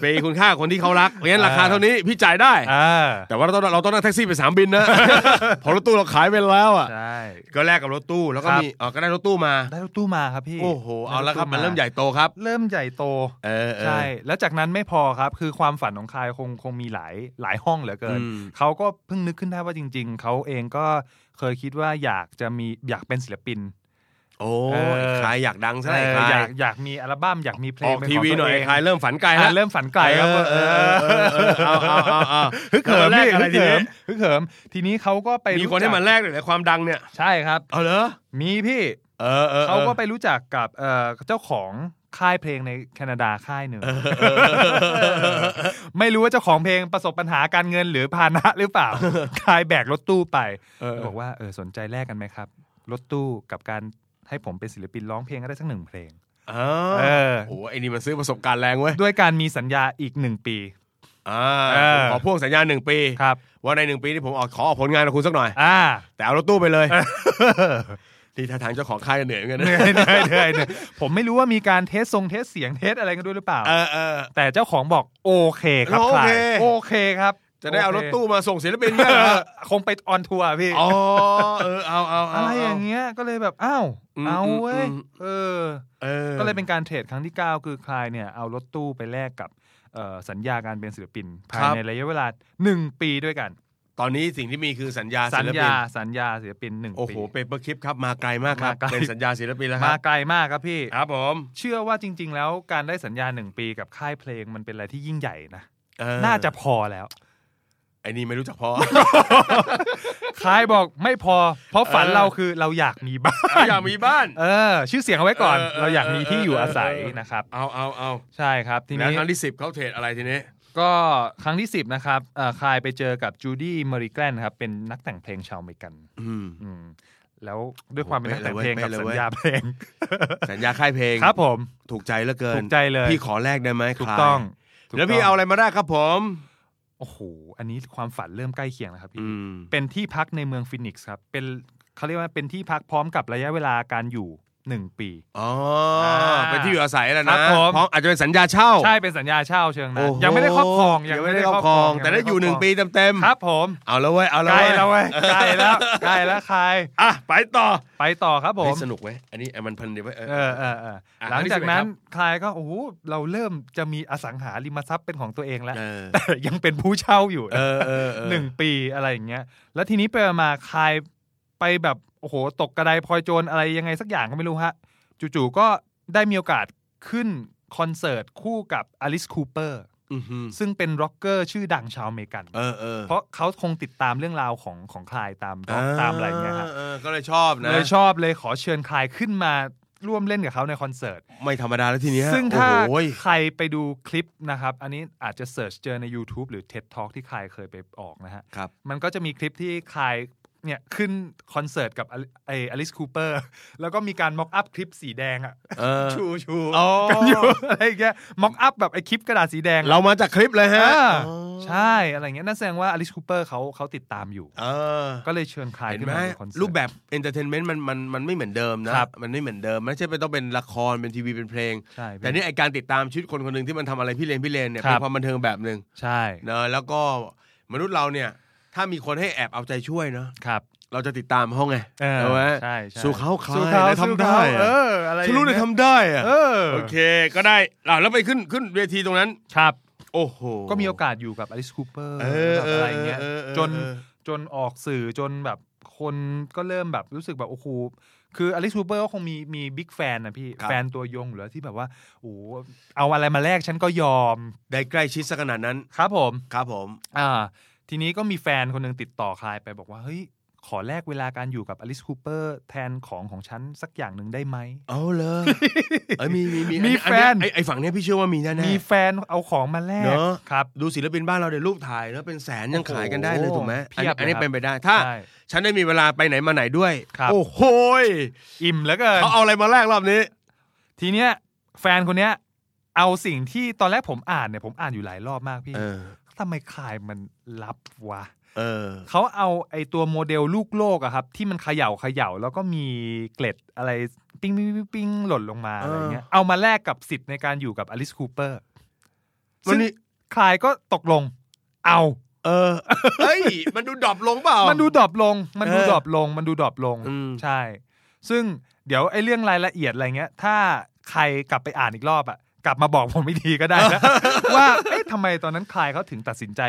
เป็นคุณค่าคนที่เขารักเพราะงั้นราคาเท่านี้พี่จ่ายได้ อ่า แต่ว่าเราต้องเราต้องนั่งแท็กซี่ไปสนามบินนะ เพอรถตู้เราขายไปแล้วอ่ะ ใช่ ก็แลกกับรถตู้แล้วก็ ครับ มีเออก็ได้รถตู้มา ได้รถตู้มาครับพี่ โอ้โหเอา ได้ ละครับ ตู้ มันเริ่มใหญ่โตครับ เริ่มใหญ่โต เออเออ ใช่ แล้วจากนั้นไม่พอครับ คือความฝันของคายคงคงมีหลายหลายห้องเหลือเกิน อืม เขาก็เพิ่งนึกขึ้นได้ว่าจริง ๆ เขาเองก็เคยคิดว่าอยากจะมีอยากเป็นศิลปิน โอ้ เออ ใครอยากดังซะหน่อย เอ ใคร ออยากอยากมีอัลบั้มอยากมีเพล อง อก เป็น ที ของ วี ตัว หน่อย เอง คลายเริ่มฝันไกล อ่ะ แล้ว เริ่มฝันไกลครับว่าเออ เออเออเอาเอาเอาเอา ฮึกเหิม แล นี่ กอะไร ฮึก ที เหิ นี้ มฮึกเหิมทีนี้เขาก็ไป มีคนให้มันแลกหน่อยนะความดังเนี่ย ใช่ครับ เอาเหรอ มีพี่ เออเออ เขาก็ไปรู้จักกับเอ่อเจ้าของค่ายเพลงในแคนาดาค่ายหนึ่ง เออเออ ไม่รู้ว่าเจ้าของเพลงประสบปัญหาการเงินหรือภาณะหรือเปล่า คายแบกรถตู้ไป เออ บอกว่าเออสนใจแลกกันไหมครับ รถตู้กับการให้ผมเป็นศิลปินร้องเพลงก็ได้สักหนึ่งเพลง เอา เออ โอ้โหไอ้นี่มันซื้อประสบการณ์แรงเว้ย ด้วยการมีสัญญาอีกหนึ่งปี อ่า เออ ขอพ่วงสัญญาหนึ่งปี ครับ ว่าในหนึ่งปีที่ผมออกขอออกผลงานกับคุณสักหน่อย อ่า แต่เอารถตู้ไปเลยที่ท่าทางเจ้าของค่ายเหนื่อยเหมือนกันนะ เหนื่อยเหนื่อยเหนื่อยเหนื่อยผมไม่รู้ว่ามีการเทสทรงเทสเสียงเทสอะไรกันด้วยหรือเปล่า เออเออ แต่เจ้าของบอกโอเคครับ โอเค คายโอเคครับ จะได้เอารถตู้ โ มาส่งศิลปิน ค เนี่ยเหรอ คงไปออนทัวร์พี่ อ๋อเออเอาเอาเ อะไรอย่างเงี้ยก็เลยแบบอ้าว อืม เอาเว้ย อืม เออ เออ ก็เลยเป็นการเทรดครั้งที่ 9 คือคลายเนี่ยเอารถตู้ไปแลกกับเอ่อสัญญาการเป็นศิลปิน ภาย ครับ ในระยะเวลา 1 ปีด้วยกัน ตอนนี้สิ่งที่มีคือสัญญา สั ศิ ญ ลปิ ญาน สัญญาศิลปิน 1 โอ้โห ปี เปเปอร์คลิปครับ มาไกลมากครับ มาไกล เป็นสัญญาศิลปินแล้วค มา รับ ไกลมากครับพี่ ครับผม เชื่อว่าจริง ๆ แล้วการได้สัญญา 1 ปีกับค่ายเพลงมันเป็นอะไรที่ยิ่งใหญ่นะ เออ น่าจะพอแล้ว ไอ้นี่ไม่รู้จักพอ คลายบอกไม่พอ เพราะฝัน เออ เราคือเราอยากมีบ้าน อยากมีบ้าน เออ ชื่อเสียงเอาไว้ก่อน เออเออ เราอยากมีที่อยู่อาศัย เออเออ นะครับ เอาเอาเอา ใช่ครับที แล้ว นี้ ครั้งที่สิบเขาเทรดอะไรทีนี้ ก็ครั้งที่ 10 นะครับเอ่อคายไปเจอกับจูดี้เมอริแกลนครับ เป็นนักแต่งเพลงชาวอเมริกัน อืม อืมแล้วด้วยความเป็นนักแต่งเพลง เป๊ะ กับ เลย สั เว้ ญ ย ญาเพลง สัญญาค่ายเพลง ครับผม ถูกใจเหลือเกิน ถูกใจเลย พี่ขอแลกได้ไหม ถูก คลาย ต้องถูก แล้วพี่เอาอะไรมาได้ครับผม โอ้โห อันนี้ความฝันเริ่มใกล้เคียงแล้วครับพี่ อืม เป็นที่พักในเมืองฟินิกส์ครับ เป็นเขาเรียกว่าเป็นที่พักพร้อมกับระยะเวลาการอยู่ 1 ปี อ๋อ อ่า เป็นที่อยู่อาศัยแหล้ว ครับนะผม พร้อมอาจจะเป็นสัญญาเช่า ใช่เป็นสัญญาเช่าเชิงนะ โโห ยังไม่ได้ครอบครอง ยังไม่ได้ครอบครอง แต่ได้อยู่หนึ่งปีเต็มๆ ครับผม เอาแล้วเว้ยเอาแล้ว ใกล้ เว้ย แล้วเว้ยใกล้แล้วใกล้แล้วคาย อ่ะไปต่อ ไปต่อครับผม เฮ้ยสนุกเว้ยอันนี้เอามันพันเดียวไว้ยเออ เออเออเออ อ่ะ หลังจากนั้น อันที่ คลายก็โอ้โหเราเริ่มจะมีอสังหาริมทรัพย์เป็นของตัวเองแล้ว เออ แต่ ยังเป็นผู้เช่าอยู่ เออเออเออ หนึ่งปีอะไรอย่างเงี้ย แล้วทีนี้ไปมาคลายไปแบบโอ้โหตกกระไดพลอยโจรอะไรยังไงสักอย่างก็ไม่รู้ฮะ จู่ๆก็ได้มีโอกาสขึ้นคอนเสิร์ตคู่กับอลิสคูเปอร์ อื้อหือ ซึ่งเป็นร็อกเกอร์ชื่อดังชาวอเมริกัน เออเออ เพราะเขาคงติดตามเรื่องราวของของคลายตามร็อกตามอะไรอย่างเงี้ยฮะ เออก็เลยชอบนะ เลยชอบเลยขอเชิญคลายขึ้นมาร่วมเล่นกับเขาในคอนเสิร์ต ไม่ธรรมดาแล้วทีเนี้ย ซึ่งถ้า โอ้ย ใครไปดูคลิปนะครับ อันนี้อาจจะเสิร์ชเจอใน YouTube หรือ TED Talk ที่คายเคยไปออกนะฮะ ครับ มันก็จะมีคลิปที่คายเนี่ยขึ้นคอนเสิร์ตกับไออลิสคูเปอร์ แล้วก็มีการม็อกอัพคลิปสีแดงอะ เออ ชูชู อ๋อ กันอยู่ อะไรอย่างเงี้ยม็อกอัพแบบไอคลิปกระดาษสีแดง เรามาจากคลิปเลยฮะ อ่าใช่ อะไรอย่างเงี้ยนั่นแสดงว่าอลิสคูเปอร์เขาเขาติดตามอยู่ เออ ก็เลยเชิญคาย เห็น ขึ้น ไหม มาในคอนเสิร์ต รูปแบบเอนเตอร์เทนเมนต์มันมันมันไม่เหมือนเดิมนะครับ มันไม่เหมือนเดิมไม่ใช่เป็นต้องเป็นละครเป็นทีวีเป็นเพลง ใช่พี่ แต่นี่ไอการติดตามชีวิตคนคนหนึ่งที่มันทำอะไรพี่เลนพี่เลนเนี่ย ครับ เป็นความบันเทิงแบบหนึ่ง ใช่ เนอะแล้วก็มนุษย์เราเนี่ย ถ้ามีคนให้แอบเอาใจช่วยเนาะ ครับ เราจะติดตามเขาไง เออ ใช่ไหม ใช่ใช่ สู้เขาคลา สู้ ย เขา นะ สู้ ทำ เขา ได้ เอ อะ ออะไรอ ทะ ย่าง ลุ เงี้ย เลยทำได้อะ เออ โอเคก็ได้อ่ะแล้วไปขึ้นขึ้นเวทีตรงนั้น ครับ โอ้โห ก็มีโอกาสอยู่กับอลิสคูเปอร์ เออ แบบอะไรเงี้ย เออเออเออ จน เออ จนออกสื่อจนแบบคนก็เริ่มแบบรู้สึกแบบโอ้โหคืออลิสคูเปอร์ก็คงมีมีบิ๊กแฟนนะพี่ ครับ แฟนตัวยงเหรือที่แบบว่าโอ้โหเอาอะไรมาแลกฉันก็ยอม ได้ใกล้ชิดสักขนาดนั้น ครับผม ครับผม อ่า ทีนี้ก็มีแฟนคนหนึ่งติดต่อคลายไปบอกว่า เฮ้ย ขอแลกเวลาการอยู่กับอลิสคูเปอร์แทนของของฉันสักอย่างหนึ่งได้ไหม เอา เลยเอ้ยมีมีมี มี อัอั แฟน ไอ้ไอ้ฝั่งเนี้ยพี่เชื่อว่ามีแน่ๆ มีแฟนเอาของมาแลก เนอะ ครับ ดูศิลปินบ้านเราเดี๋ยวรูปถ่ายแล้วเป็นแสนยัง โอ้โห ขายกันได้เลยถูกไหม เพี อัน ยบเลยนี้อันนี้ ครับ เป็นไปได้ถ้า ใช่ ฉันได้มีเวลาไปไหนมาไหนด้วย ครับ โอ้โหย อิ่มแล้วเกิน เขาเอาอะไรมาแลกรอบนี้ ทีเนี้ยแฟนคนเนี้ย เอาสิ่งที่ตอนแรกผมอ่านเนี่ยผมอ่านอยู่หลายรอบมากพี่ เออ ทำไมคลายมันรับวะ เออ เขาเอาไอ้ตัวโมเดลลูกโลกอะครับ ที่มันเขย่าเขย่าแล้วก็มีเกล็ดอะไรปิ้งปิ้งปิ้งปิ้งหล่นลงมาอะไรเงี้ยเอามาแลกกับสิทธิ์ในการอยู่กับอลิสคูเปอร์ มันมี คลายก็ตกลง เอา เออ เฮ้ย มันดูดรอปลงเปล่า มันดูดรอปลง มันดู เออ ดรอปลง มันดูดรอปลง อืม ใช่ ซึ่งเดี๋ยวไอ้เรื่องรายละเอียดอะไรเงี้ย ถ้าใครกลับไปอ่านอีกรอบอ่ะ กลับมาบอกผมอีกทีก็ได้นะ ว่า เอ๊ะทำไมตอนนั้นคลายเขาถึงตัดสินใจ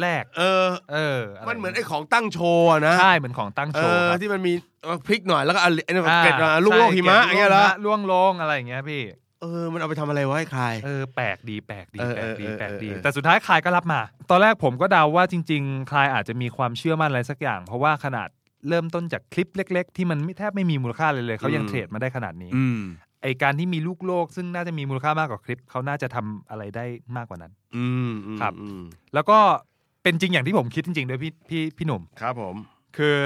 แรก เออ เออะร มันเหมือนไอ้ของตั้งโชว์อะนะ ใช่ เหมือนของตั้ง เอ โชว์ อ ครับ ที่มันมีเอาพริกหน่อยแล้วก็เอาไอ้นี่น อ่า เกล็ดมาลูกโลกหิมะอย่างเงี้ยเหรอ ใช่ก็บลูกโลกหิมะล่วงลงอะไรอย่างเงี้ยพี่ เออ มันเอาไปทำอะไรไวะให้ใคร เออแปลกดีแปลกดี เออ แปลกดี เออเออ แปลกดี เออ แต่สุดท้ายคลายก็รับมา ตอนแรกผมก็เดาวว่าจริง ๆ คลายอาจจะมีความเชื่อมั่นอะไรสักอย่าง เพราะว่าขนาดเริ่มต้นจากคลิปเล็ก ๆ ที่มันไม่แทบไม่มีมูลค่าเลยเลยเขายังเทรดมาได้ขนาดนี้ อืม ไอการที่มีลูกโลก ซึ่งน่าจะมีมูลค่ามากกว่าคลิปเขาน่าจะทำอะไรได้มากกว่านั้น อืมอืม ครับ อืม แล้วก็เป็นจริงอย่างที่ผมคิดจริงๆด้วยพี่พี่พี่หนุ่ม ครับผม คือ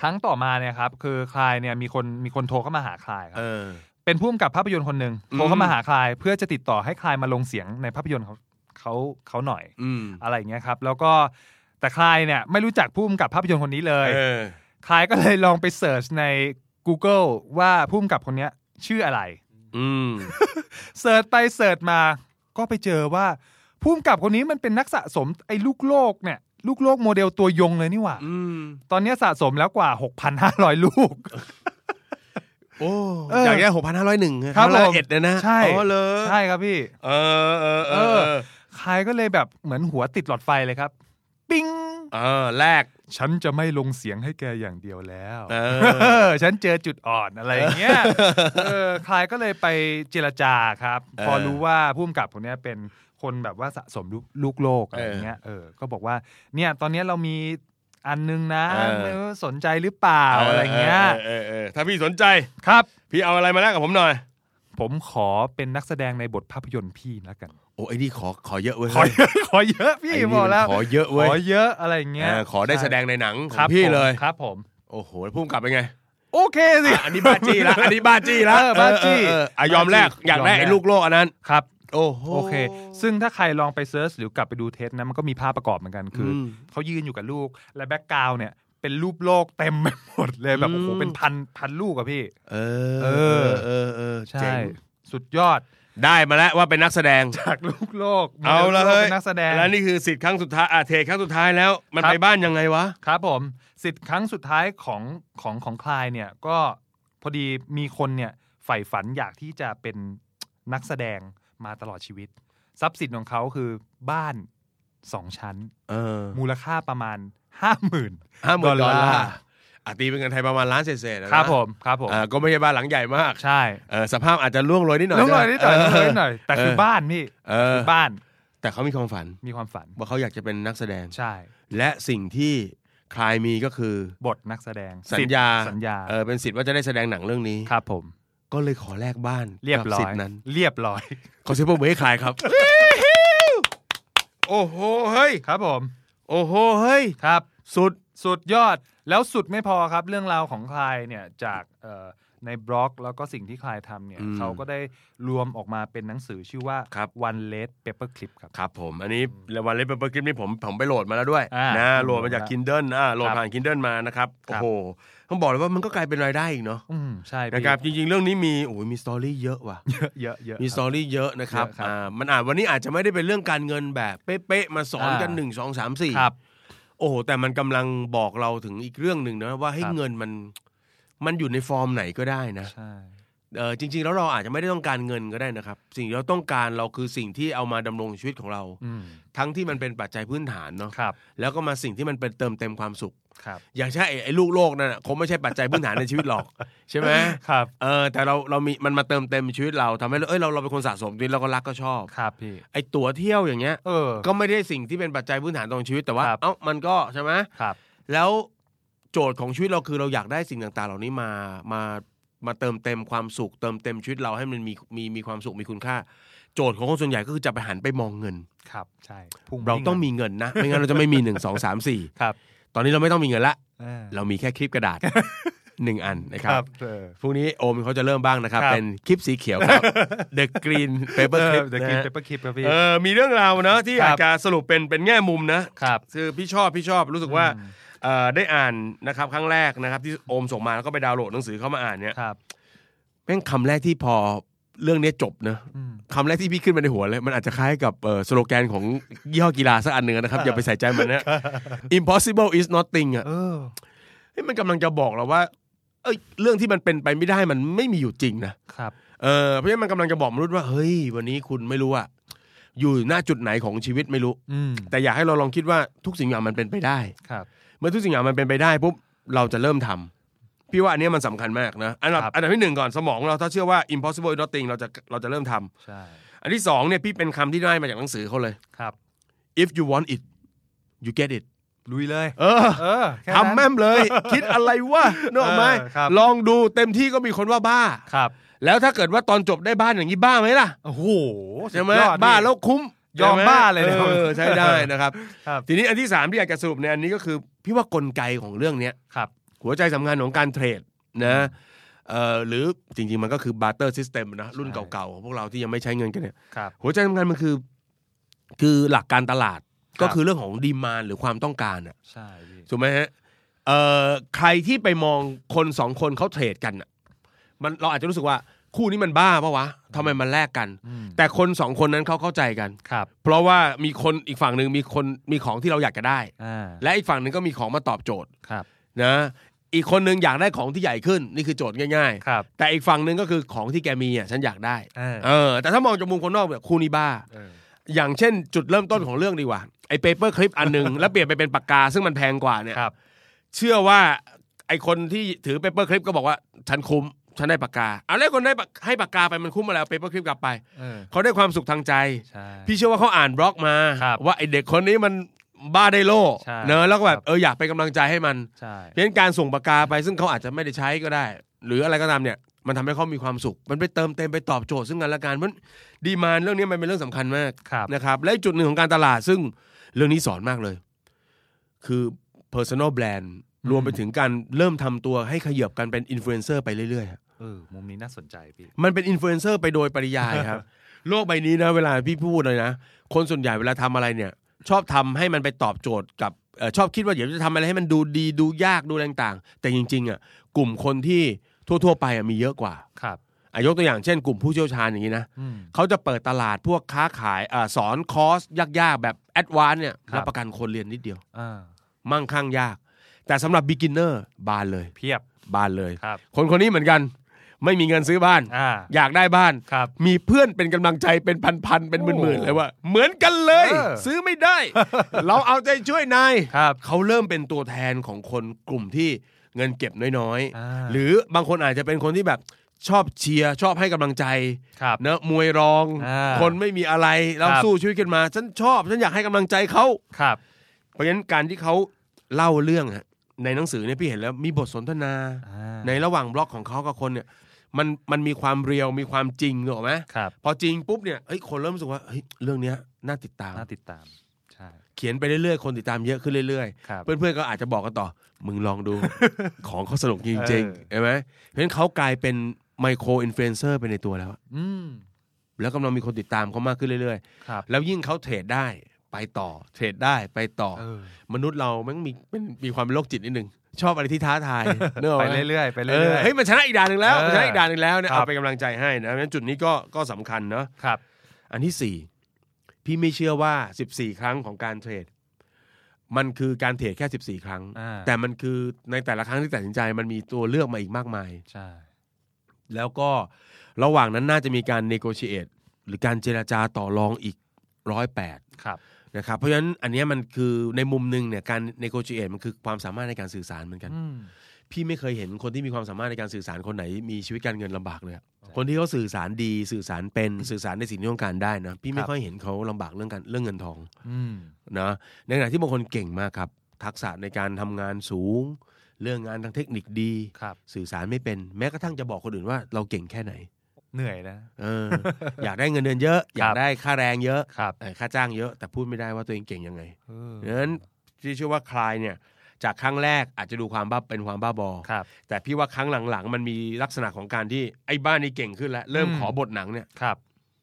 ครั้งต่อมาเนี่ยครับคือคลายเนี่ยมีคนมีคนโทรเข้ามาหาคลายครั เอบ อ เป็นผู้กำกับภาพยนตร์คนหนึ่งโทรเข้ามาหาคลายเพื่อจะติดต่อให้คลายมาลงเสียงในภาพยนตร์เขาเขาเขาหน่อย อืม อะไรอย่างเงี้ยครับ แล้วก็แต่คลายเนี่ยไม่รู้จักผู้กำกับภาพยนตร์คนนี้เลย เออ คลายก็เลยลองไปเสิร์ชใน Google ว่าผู้กำกับคนเนี้ยชื่ออะไร อืม เสิร์ชไปเสิร์ชมา ก็ไปเจอว่าผู้กำกับคนนี้มันเป็นนักสะสมไอ้ลูกโลกเนี่ยลูกโลกโมเดลตัวยงเลยนี่หว่า อืม ตอนเนี้ยสะสมแล้วกว่า 6,500 ลูก โอ้ เออ อ อ ยากได้หกพันห้าร้อยหนึ่ง ครับผม เอ็ดเนี่ยนะ ใช่ อ๋อเลย ใช่ครับพี่ เออเออเเออ อ อ คลายก็เลยแบบเหมือนหัวติดหลอดไฟเลยครับ ปิ้ง เออแรก ฉันจะไม่ลงเสียงให้แกอย่างเดียวแล้ว เออ เออ ฉันเจอจุดอ่อนอะไรอย่างเงี้ย เออ คลายก็เลยไปเจรจาครับ พอ เออ รู้ว่าผู้กำกับคนเนี้ยเป็นคนแบบว่าสะสมลูกลูกโลกอะไรอย่างเงี้ย เออ ก็บอกว่า เนี่ยตอนเนี้ยเรามีอันนึงนะ เออ ไม่รู้สนใจหรือเปล่าอะไรเงี้ย เออเออเออถ้าพี่สนใจ ครับ พี่เอาอะไรมาแลกกับผมหน่อย ผมขอเป็นนักแสดงในบทภาพยนตร์พี่แล้วกัน โอ้ไอ้นี่ขอขอเยอะเว้ย ขอเยอะ ขอเยอะพี่ ไนี่ บ มัน อกแล้ว ขอเยอะ ข เว้ย อเยอะอะไรอย่างเงี้ย เออขอได้แสดงในหนังคขอ รับ งพี่เลย ผมครับผม โอ้โหแล้วพุ่มกลับเป็นไง โอเคสิ อ่ะอันนี้บ้าจี้ ละอันนี้บ้าจี้ละ เออบ้าจี้ เออเออเอออ่ะยอมแลก บ้าจี้ อยากยได้อมแลก ไอ้ลูกโลกอันนั้น ครับ โอ้โห โอเค ซึ่งถ้าใครลองไปเซิร์ชหรือกลับไปดูเทสนะมันก็มีภาพประกอบเหมือนกัน คืออ ม เขายืนอยู่กับลูก และแบ็กกราวน์เนี่ยเป็นรูปโลกเต็มไปหมดเลยแบบ อืม โอ้โหเป็นพันพันลูกอะพี่ เออ เอ เอ อ อเออเออ ใช่ เจ๋ง สุดยอด ได้มาแล้วว่าเป็นนักแสดง จากลูกโลก เอาละ โมด เฮ้ย เป็นนักแสดง แล้วนี่คือสิทธิ์ครั้งสุดท้ายอ่ะเทครั้งสุดท้ายแล้ว มัน ครับ ไปบ้านยังไงวะ ครับผมสิทธิ์ครั้งสุดท้ายของของของคลายเนี่ยก็พอดีมีคนเนี่ยใฝ่ฝันอยากที่จะเป็นนักแสดงมาตลอดชีวิต ทรัพย์สินของเขาคือบ้านสองชั้น เออ มูลค่าประมาณห้าหมื่น ห้าหมื่ดนด อลอล ลา ลา ร์ ร์อ่ะตีเป็นเงินไทยประมาณล้านเศษๆนะครับ ผมครับผม อ่าก็ไม่ใช่บ้านหลังใหญ่มาก ใช่ เออสภาพอาจจะร่วงโรยนิดหน่อย น้องหน่อยนิดหน่อยน้องหน่อยนิดหน่อย แต่คือ เ บ้านพี่ เออ คือบ้าน แต่เขามีความฝัน มีความฝัน ว่าเขาอยากจะเป็นนักแสดง ใช่ และสิ่งที่คลายมีก็คือบ ทนักแสดง สัญญา สิทธิ์สัญญา เออเป็นสิทธิ์ว่าจะได้แสดงหนังเรื่องนี้ ครับผม ก็เลยขอแลกบ้าน เรียบร้อ กัสิท ย ธิ์นั้น เรียบร้อย ขอเซฟเบอร์เบให้คลาย ครับ โอ้โหเฮ้ย ครับผม โอ้โหเฮ้ย ครับ สุด สุดยอดแล้วสุดไม่พอครับ เรื่องราวของคลายเนี่ยจากเอ่อในบล็อกแล้วก็สิ่งที่คลายทำเนี่ย อืม เขาก็ได้รวมออกมาเป็นหนังสือชื่อว่า ครับ One Red Paper Clip ครับ ครับผมอันนี้วันเล็บเปเปอร์คลิปนี่ผมผมไปโหลดมาแล้วด้วย อ่าน นะโหลดมาจาก Kindle อ่าโหลดผ่าน Kindle มานะครับ ครั โอ้ บ โหต้องบอกเลยว่ามันก็กลายเป็นรายได้อีกเนาะ อืมใช่พี่ นะครับจริง ๆ เรื่องนี้มีโอ้ยมีสตอรี่เยอะว่ะ เยอะเยอะเยอะ มีสตอรี่เยอะนะครับ เยอะครับ อ่ามันอาจวันนี้อาจจะไม่ได้เป็นเรื่องการเงินแบบเป๊ะๆมาสอนกัน อ่า หนึ่งสองสามสี่ ครับ โอ้โหแต่มันกำลังบอกเราถึงอีกเรื่องหนึ่งนะว่าให้ ครับ เงินมันมันอยู่ในฟอร์มไหนก็ได้นะ ใช่ เออจริง ๆ แล้วเราอาจจะไม่ได้ต้องการเงินก็ได้นะครับ สิ่งที่เราต้องการเราคือสิ่งที่เอามาดำรงชีวิตของเรา อืม ทั้งที่มันเป็นปัจจัยพื้นฐานเนาะ ครับ แล้วก็มาสิ่งที่มันเป็นเติมเต็มความสุข ครับ อย่างเช่นไอ้ไอ้ลูกโลกนั่นนะคงไม่ใช่ปัจจัยพื้นฐานในชีวิตหร อก ใช่ไหม ครับ เออแต่เราเรามีมันมาเติมเต็มชีวิตเราทำให้เราเอ้ยเราเราเป็นคนสะสมด้วยเราก็รักก็ชอบ ครับพี่ ไอ้ตั๋วเที่ยวอย่างเงี้ย เออ ก็ไม่ได้สิ่งที่เป็นปัจจัยพื้นฐานของชีวิตแต่ว่า ครับ เอ้ามันก็ใช่ไหม ครับ แล้วโจทย์ของชีวิตเราคือเราอยากได้สิ่งต่างๆ เหล่านี้มามามาเติมเต็มความสุข เติมเต็มชีวิตเราให้มันมีมีมีความสุขมีคุณค่า โจทย์ของคนส่วนใหญ่ก็คือจะไปหันไปมองเงิน ครับใช่พุ่ เราต้องมีเงินนะ ไม่งั้นเราจะไม่มีหนึ่งสองสามสี่ ครับ ตอนนี้เราไม่ต้องมีเงินละ เออ เรามีแค่คลิปกระดาษ หนึ่งอันนะค ค รั รั บบ เออ พรุ่งนี้โอมเขาจะเริ่มบ้างนะครับ ครับ เป็นคลิปสีเขียว ครับ The Green Paper Clip เดอะกินเปเปอร์คลิปครับพี่ เออมีเรื่องราวนะที่ ครั อา บ จจะสรุปเป็นเป็นแง่มุมนะ ครับ คือพี่ชอบพี่ชอบรู้สึกว่าเอ่อได้อ่านนะครับครั้งแรกนะครับ ที่โอมส่งมาแล้วก็ไปดาวน์โหลดหนังสือเข้ามาอ่านเนี่ย ครับ แม่งคำแรกที่พอเรื่องเนี้ยจบนะ อืม คำแรกที่พี่ขึ้นมาในหัวเลย มันอาจจะคล้ายกับเอ่อสโลแกนของยี่ห้อกีฬาสักอันหนึ่งนะครับ อย่าไปใส่ใจมันนะ impossible is nothing อ่ะ เออ เฮ้ยมันกำลังจะบอกเราว่าเอ้ยเรื่องที่มันเป็นไปไม่ได้มันไม่มีอยู่จริงนะ ครับ เออเพราะฉะนั้นมันกำลังจะบอกมนุษย์ว่าเฮ้ย วันนี้คุณไม่รู้อะอยู่หน้าจุดไหนของชีวิตไม่รู้ อืม แต่อยากให้เราลองคิดว่าทุกสิ่งอย่างมันเป็นไปได้ ครับ เมื่อทุกสิ่งอย่างมันเป็นไปได้ปุ๊บเราจะเริ่มทำพี่ว่าอันเนี้ยมันสำคัญมากนะอันดับ ครับ อันดับที่หนึ่งก่อนสมองเราถ้าเชื่อว่า impossible is nothing เราจะเราจะเริ่มทำ ใช่ อันที่สองเนี่ยพี่เป็นคำที่ได้มาจากหนังสือเขาเลย ครับ if you want it you get it ลุยเลย เออ เออค่ ทำ นั้น แม่มเลย คิดอะไรวะนึกออกไหม เออครับ ลองดูเต็มที่ก็มีคนว่าบ้า ครับ แล้วถ้าเกิดว่าตอนจบได้บ้านอย่างนี้บ้าไหมล่ะ โอ้โหสุด ใช่ไหม ยอดพี่ บ้าแล้วคุ้ม ยอม ใช่ไห บ้าเลยนะ เออใช้ได้นะครับ ครับ ทีนี้อันที่สามที่อยากจะสรุปในอันนี้ก็คือ พี่ว่ากลไกของเรื่องเนี้ย ครับ หัวใจสำคัญของการเทรดนะเอ่อหรือจริง ๆ มันก็คือ barter system นะรุ่น ใช่ เก่าๆของพวกเราที่ยังไม่ใช้เงินกันเนี่ย ครับ หัวใจสำคัญมันคือ คือหลักการตลาด ครับ ก็คือเรื่องของดีมานหรือความต้องการอ่ะ ใช่พี่ ถูกไหมฮะเอ่อใครที่ไปมองคนสองคนเขาเทรดกันอ่ะมันเราอาจจะรู้สึกว่าคู่นี้มันบ้าปะวะทำไมมันแลกกัน อืม แต่คนสองคนนั้นเขาเข้าใจกัน ครับ เพราะว่ามีคนอีกฝั่งหนึ่งมีคนมีของที่เราอยากจะได้ อ่า และอีกฝั่งหนึ่งก็มีของมาตอบโจทย์ ครับ นะอีกคนหนึ่งอยากได้ของที่ใหญ่ขึ้นนี่คือโจทย์ง่าย ครับ ๆ แต่อีกฝั่งหนึ่งก็คือของที่แกมีอ่ะฉันอยากได้ เออ เออแต่ถ้ามองจากมุมคนนอกแบบคู่นี้บ้า เออ อย่างเช่น จุดเริ่มต้นของเรื่องดีกว่าไอ้เปเปอร์คลิปอันหนึ่ง แล้วเปลี่ยนไปเป็นปากกาซึ่งมันแพงกว่าเนี่ย ครับ เชื่อว่าไอ้คนที่ถือเปเปอร์คลิปก็บอกว่าฉันคุ้มฉันได้ปากกาเอาแล้วคนได้ปากให้ปากกาไปมันคุ้มมาแล้วเปเปอร์คลิปกลับไป เออ เขาได้ความสุขทางใจ ใช่ พี่เชื่อว่าเขาอ่านบล็อกมา ครับ ว่าไอเด็กคนนี้มันบ้าได้โล่ ใช่ เนอะแล้วก็คแบรับ บ เอออยากไปนกำลังใจให้มัน ใช่ เพราะฉะนั้นการส่งปากกาไปซึ่งเขาอาจจะไม่ได้ใช้ก็ได้ หรืออะไรก็ตามเนี่ย มันทำให้เขามีความสุข มันไปเติมเต็มไปตอบโจทย์ซึ่งกันและกันเพราะดีมานเรื่องนี้มันเป็นเรื่องสำคัญมาก ครับ นะครับและอีกจุดหนึ่งของการตลาดซึ่งเรื่องนี้สอนมากเลย คือ personal brand อืม รวมไปถึงการเริ่มทำตัวให้ขยับกันเป็นอินฟลูเอนเซอร์ไปเรื่อยๆ เออ มุมนี้น่าสนใจพี่ มันเป็นอินฟลูเอนเซอร์ไปโดยปริยายครับ โลกใบนี้นะเวลาพี่พูดเลยนะ คนส่วนใหญ่เวลาทำอะไรเนี่ย ชอบทำให้มันไปตอบโจทย์กับเอ่อชอบคิดว่าเดี๋ยวจะทำอะไรให้มันดูดีดูยากดูอะไรต่างๆ แต่จริงๆอ่ะกลุ่มคนที่ทั่วๆไปอ่ะมีเยอะกว่า ครับ อายกตัวอย่างเช่น กลุ่มผู้เชี่ยวชาญอย่างนี้นะ อืม เขาจะเปิดตลาดพวกค้าขายอาสอนคอร์สยากๆ แบบแอดวานเนี่ย ครับ รับประกันคนเรียนนิดเดียว อ่า มั่งคั่งยาก แต่สำหรับบิ๊กินเนอร์บานเลย เพียบ บานเลย ครับ คนคนนี้เหมือนกัน ไม่มีเงินซื้อบ้าน อ่า อยากได้บ้าน ครับ มีเพื่อนเป็นกำลังใจเป็นพันๆเป็นหมื่น โอ้ ๆเลยว่า เหมือนกันเลย เออ ซื้อไม่ ได้ เราเอาใจช่วยนาย ครับ เขาเริ่มเป็นตัวแทนของคนกลุ่มที่เงินเก็บน้อย อ่า ๆ หรือบางคนอาจจะเป็นคนที่แบบชอบเชียร์ชอบให้กำลังใจ ครับ เนอะมวยรอง อ่า คนไม่มีอะไรเรา ครับ สู้ชีวิตกันมา ฉันชอบฉันอยากให้กำลังใจเขา ครับ เพราะฉะนั้นการที่เขาเล่าเรื่องอะในหนังสือเนี่ยพี่เห็นแล้วมีบทสนทนา อ่า ในระหว่างบล็อกของเขากับคนเนี่ยมันมันมีความเรียวมีความจริงถูกไหม ครับ พอจริงปุ๊บเนี่ยเฮ้ยคนเริ่มรู้สึกว่าเฮ้ยเรื่องเนี้ยน่าติดตาม น่าติดตาม ใช่ เขียนไปเรื่อยๆ คนติดตามเยอะขึ้นเรื่อย ครับ ๆ เพื่อนๆก็อาจจะบอกกันต่อ มึงลอง ดู ของเขาสนุกจริง เออ ๆใช่ไหมเพราะฉะนั้นเขากลายเป็นไมโครอินฟลูเอนเซอร์ไปในตัวแล้วอะ อืม แล้วกำลังมีคนติดตามเขามากขึ้นเรื่อย ครับ ๆ แล้วยิ่งเขาเทรดได้ไปต่อ เทรดได้ไปต่อ เออ มนุษย์เราแมันมีเป็นมีความเป็นโรคจิตนิดนึงชอบอะไรที่ท้า ทาย เนอะ ไปเรื่อยๆ ไป เอ เรื่ อ อยๆ เฮ้ยมันชนะอีกด่านหนึ่งแล้ว เออ มันชนะอีกด่านหนึ่งแล้วเนี่ย ครับ เอาเป็นกำลังใจให้นะเพราะฉะนั้นจุดนี้ก็ก็สำคัญเนอะ ครับ อันที่สี่พี่ไม่เชื่อว่าสิบสี่ครั้งของการเทรด มันคือการเทรดแค่สิบสี่ครั้ง อ่า แต่มันคือในแต่ละครั้งที่ตัดสินใจมันมีตัวเลือกมาอีกมากมาย ใช่ ด แล้วก็ระหว่างนั้นน่าจะมีการเนโก i ิเอตหรือการเจราจาต่อรองอีกร้อยแปด ครับ นะครับเพราะฉะนั้นอันเนี้ยมันคือในมุมหนึ่งเนี่ยการเนโก i ิเอตมันคือความสามารถในการสื่อสารเหมือนกัน อืม พี่ไม่เคยเห็นคนที่มีความสามารถในการสื่อสารคนไหนมีชีวิตการเงินลำบากเลยอะ ใช่ คนที่เขาสื่อสารดีสื่อสารเป็นสื่อสารในสิ่งที่ต้องการได้นะคพี่ไม่ รับ ค่อยเห็นเขาลำบากเรื่องการเรื่องเงินทอง อืม นะในขณะที่บางคนเก่งมากครับ ทักษะในการทำงานสูง เรื่องงานทางเทคนิคดี ครับ สื่อสารไม่เป็นแม้กระทั่งจะบอกคนอื่นว่าเราเก่งแค่ไหน เหนื่อยนะ เอ อ อยากได้เงินเดือนเยอะ อยากได้ค่าแรงเยอะ ครับ เอ่อค่าจ้างเยอะ แต่พูดไม่ได้ว่าตัวเองเก่งยังไง เออ ดังนั้นที่เชื่อว่าคลายเนี่ยจากครั้งแรกอาจจะดูความบ้าเป็นความบ้าบอ ครับ แต่พี่ว่าครั้งหลังๆ มันมีลักษณะของการที่ไอ้บ้านนี่เก่งขึ้นแล้ว เริ่ม อืม ขอบทหนังเนี่ย ครับ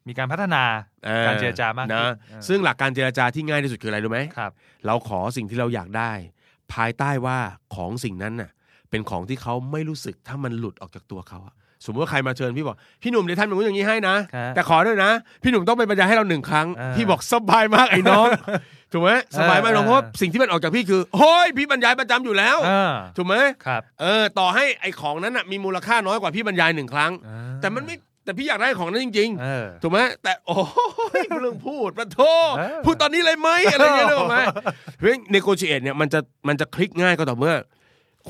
มีการพัฒนา อ่อ การเจรจามากขึ้น นะ เออ ซึ่งหลักการเจรจาที่ง่ายที่สุดคืออะไรรู้ไหม ครับ เราขอสิ่งที่เราอยากได้ ภายใต้ว่าของสิ่งนั้นน่ะ เป็นของที่เขาไม่รู้สึกถ้ามันหลุดออกจากตัวเขาอะสมมติว่าใครมาเชิญพี่บอกพี่หนุ่มเดี๋ยวทำอย่างนู้นอย่างนี้ให้นะ ครับ แต่ขอด้วยนะ พี่หนุ่มต้องเป็นบรรยายให้เราหนึ่งครั้ง เออ พี่บอกสบายมากไอ้น้องถูกไหมสบายมากน้อง เออ เพราะว่าสิ่งที่มันออกจากพี่คือเฮ้ยพี่บรรยายประจำอยู่แล้ว เออ ถูกไหม ครับ เออต่อให้ไอของนั้นน่ะมีมูลค่าน้อยกว่าพี่บรรยายหนึ่งครั้ง อ่า แต่มันไม่แต่พี่อยากได้ของนั้นจริง เออ ๆ ถูกไหมแต่โอ้ยเรื่องพูดประโท เออ พูดตอนนี้เลยไหมอะไรเงี้ย เออ ได้ไหมเพราะเนโกชิเอตเนี่ยมันจะมันจะคลิกง่ายก็ต่อเมื่อ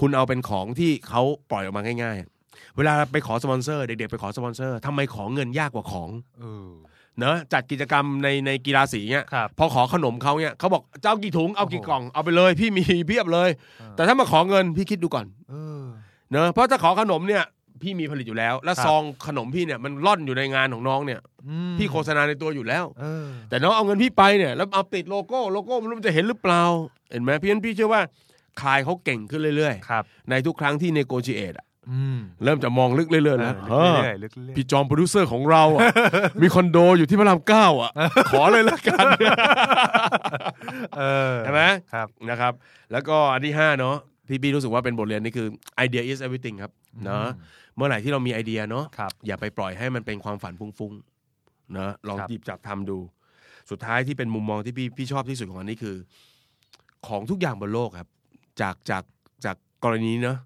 คุณเอาเป็นของที่เขาปล่อยออกมาง่าย ๆ เวลาไปขอสปอนเซอร์เด็กๆไปขอสปอนเซอร์ทำไมของเงินยากกว่าของ เออ เนอะจัดกิจกรรมในในกีฬาสีเนี่ย ครับ พอขอขนมเขาเนี่ยเขาบอกเจ้ากี่ถุงเอากี่กล่องเอาไปเลย พี่ มีเพียบเลย เออ แต่ถ้ามาขอเงินพี่คิดดูก่อน เออ เนอะเพราะถ้าขอขนมเนี่ยพี่มีผลิตอยู่แล้ว และ ครับ ซองขนมพี่เนี่ยมันล่อนอยู่ในงานของน้องเนี่ย อืม พี่โฆษณาในตัวอยู่แล้ว เออ แต่น้องเอาเงินพี่ไปเนี่ยแล้วเอาติดโลโก้โลโก้ไมันรู้มันจะเห็นหรือเปล่าเห็นไหมเพี้ยนพี่เชื่อว่าคลายเขาเก่งขึ้นเรื่อย ครับ ๆ ในทุกครั้งที่เนโกจิเอต อืม เริ่มจะมองลึกเรื่อยๆแล้ว เออ เออ ลึกๆลึกๆ พี่จอมโปรดิวเซอร์ของเรา อะ มีคอนโดอยู่ที่พระรามเก้าอ่ะ ขอเลยละกัน เออ เห็นไหม ครับ นะครับแล้วก็อันที่ห้าเนาะพี่พี่รู้สึกว่าเป็นบทเรียนนี่คือไอเดีย is everything ครับเนาะเมื่อไหร่ที่เรามีไอเดียเนาะ ครับ อย่าไปปล่อยให้มันเป็นความฝันฟุ้งๆนะลอง ครับ หยิบจับทำดู สุดท้ายที่เป็นมุมมองที่พี่พี่ชอบที่สุดของอันนี้คือ ของทุกอย่างบนโลกครับ จากจากจากกรณีเนาะ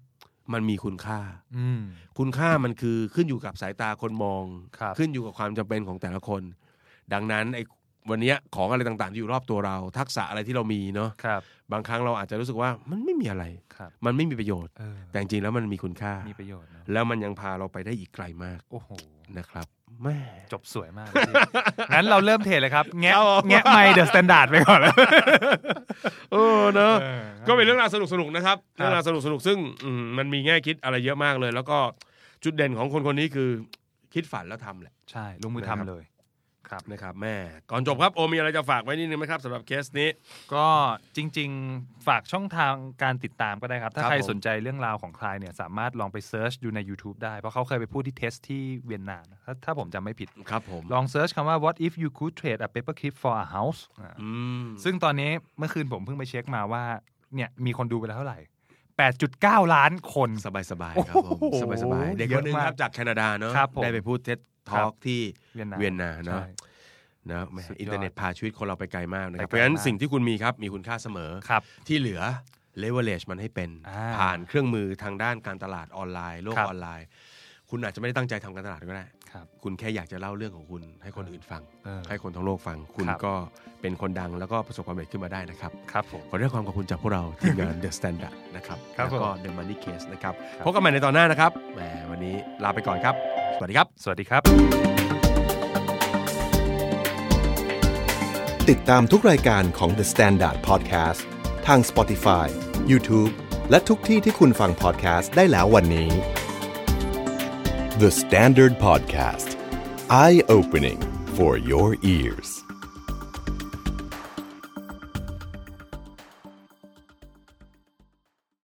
มันมีคุณค่า อืม คุณค่ามันคือขึ้นอยู่กับสายตาคนมอง ครับ ขึ้นอยู่กับความจำเป็นของแต่ละคน ดังนั้นไอ้วันเนี้ยของอะไรต่างๆที่อยู่รอบตัวเรา ทักษะอะไรที่เรามีเนาะ ครับ บางครั้งเราอาจจะรู้สึกว่ามันไม่มีอะไร ครับ มันไม่มีประโยชน์ เออ แต่จริงๆแล้วมันมีคุณค่า มีประโยชน์เนอะ แล้วมันยังพาเราไปได้อีกไกลมาก โอ้โห นะครับแม่ จบสวยมาก เลยพี่ งั้นเราเริ่มเทเลยครับ แงะ ครับผม แงะไม่เดอะสแตนดาร์ดไปก่อนเลย เออเนอะก็เป็นเรื่องราวสนุกสนุกๆนะครับเรื่องราวสนุกสนุกๆซึ่งอืมมันมีแง่คิดอะไรเยอะมากเลย แล้วก็จุดเด่นของคนคนนี้คือคิดฝันแล้วทำแหละ ใช่ ลงมือทำเลย ครับ นะครับแม่ก่อนจบครับโอมีอะไรจะฝากไว้นิดนึงไหมครับสำหรับเคสนี้ ก็จริง ๆ ฝากช่องทางการติดตามก็ได้ครับ ถ้า ครับ ใคร ผม สนใจเรื่องราวของคลายเนี่ย สามารถลองไปเซิร์ชดูใน YouTube ได้ เพราะเขาเคยไปพูดที่เทสที่เวียนนาถ้าถ้าผมจำไม่ผิด ครับผม ลองเซิร์ชคำว่า what if you could trade a paper clip for a house อ่า อืม ซึ่งตอนนี้เมื่อคืนผมเพิ่งไปเช็คมาว่า เนี่ย มีคนดูไปแล้วเท่าไหร่ 8.9 ล้านคน สบายสบายๆครับผม โอ้โห สบายสบายๆเด็กคนหนึง เยอะมาก ครับจากแคนาดาเนอะ ครับผม ได้ไปพูดเท็ดท ครั อบ ล์กที่ เวียนนา เวียนนาเนอะ ใช่ นะแหม่ สุดยอด อินเทอร์เน็ตพาชีวิตคนเราไปไกลมากนะครับ ไปไกล เพราะฉะนั้น มาก สิ่งที่คุณมีครับมีคุณค่าเสมอ ครับ ที่เหลือเลเวลเลชมันให้เป็น อ่า ผ่านเครื่องมือทางด้านการตลาดออนไลน์ โลก ครับ ออนไลน์ คุณอาจจะไม่ได้ตั้งใจทำการตลาดก็ได้ ครับ คุณแค่อยากจะเล่าเรื่องของคุณ ให้คนอื่นฟัง เออ ให้คนทั้งโลกฟัง คุณ ครับ ก็เป็นคนดังแล้วก็ประสบความสำเร็จขึ้นมาได้นะครับ ครับผม ขอได้ความขอบคุณจากพวกเรา ทีมงาน The Standard นะครับ ครับ แล้วก็ ผม The Money Case นะครับ ครับ พบกันใหม่ในตอนหน้านะครับแหมวันนี้ลาไปก่อนครับ สวัสดีครับ สวัสดีครับ ติดตามทุกรายการของ The Standard Podcast ทาง Spotify, YouTube และทุกที่ที่คุณฟัง podcast ได้แล้ววันนี้ The Standard Podcast Eye Opening for Your Ears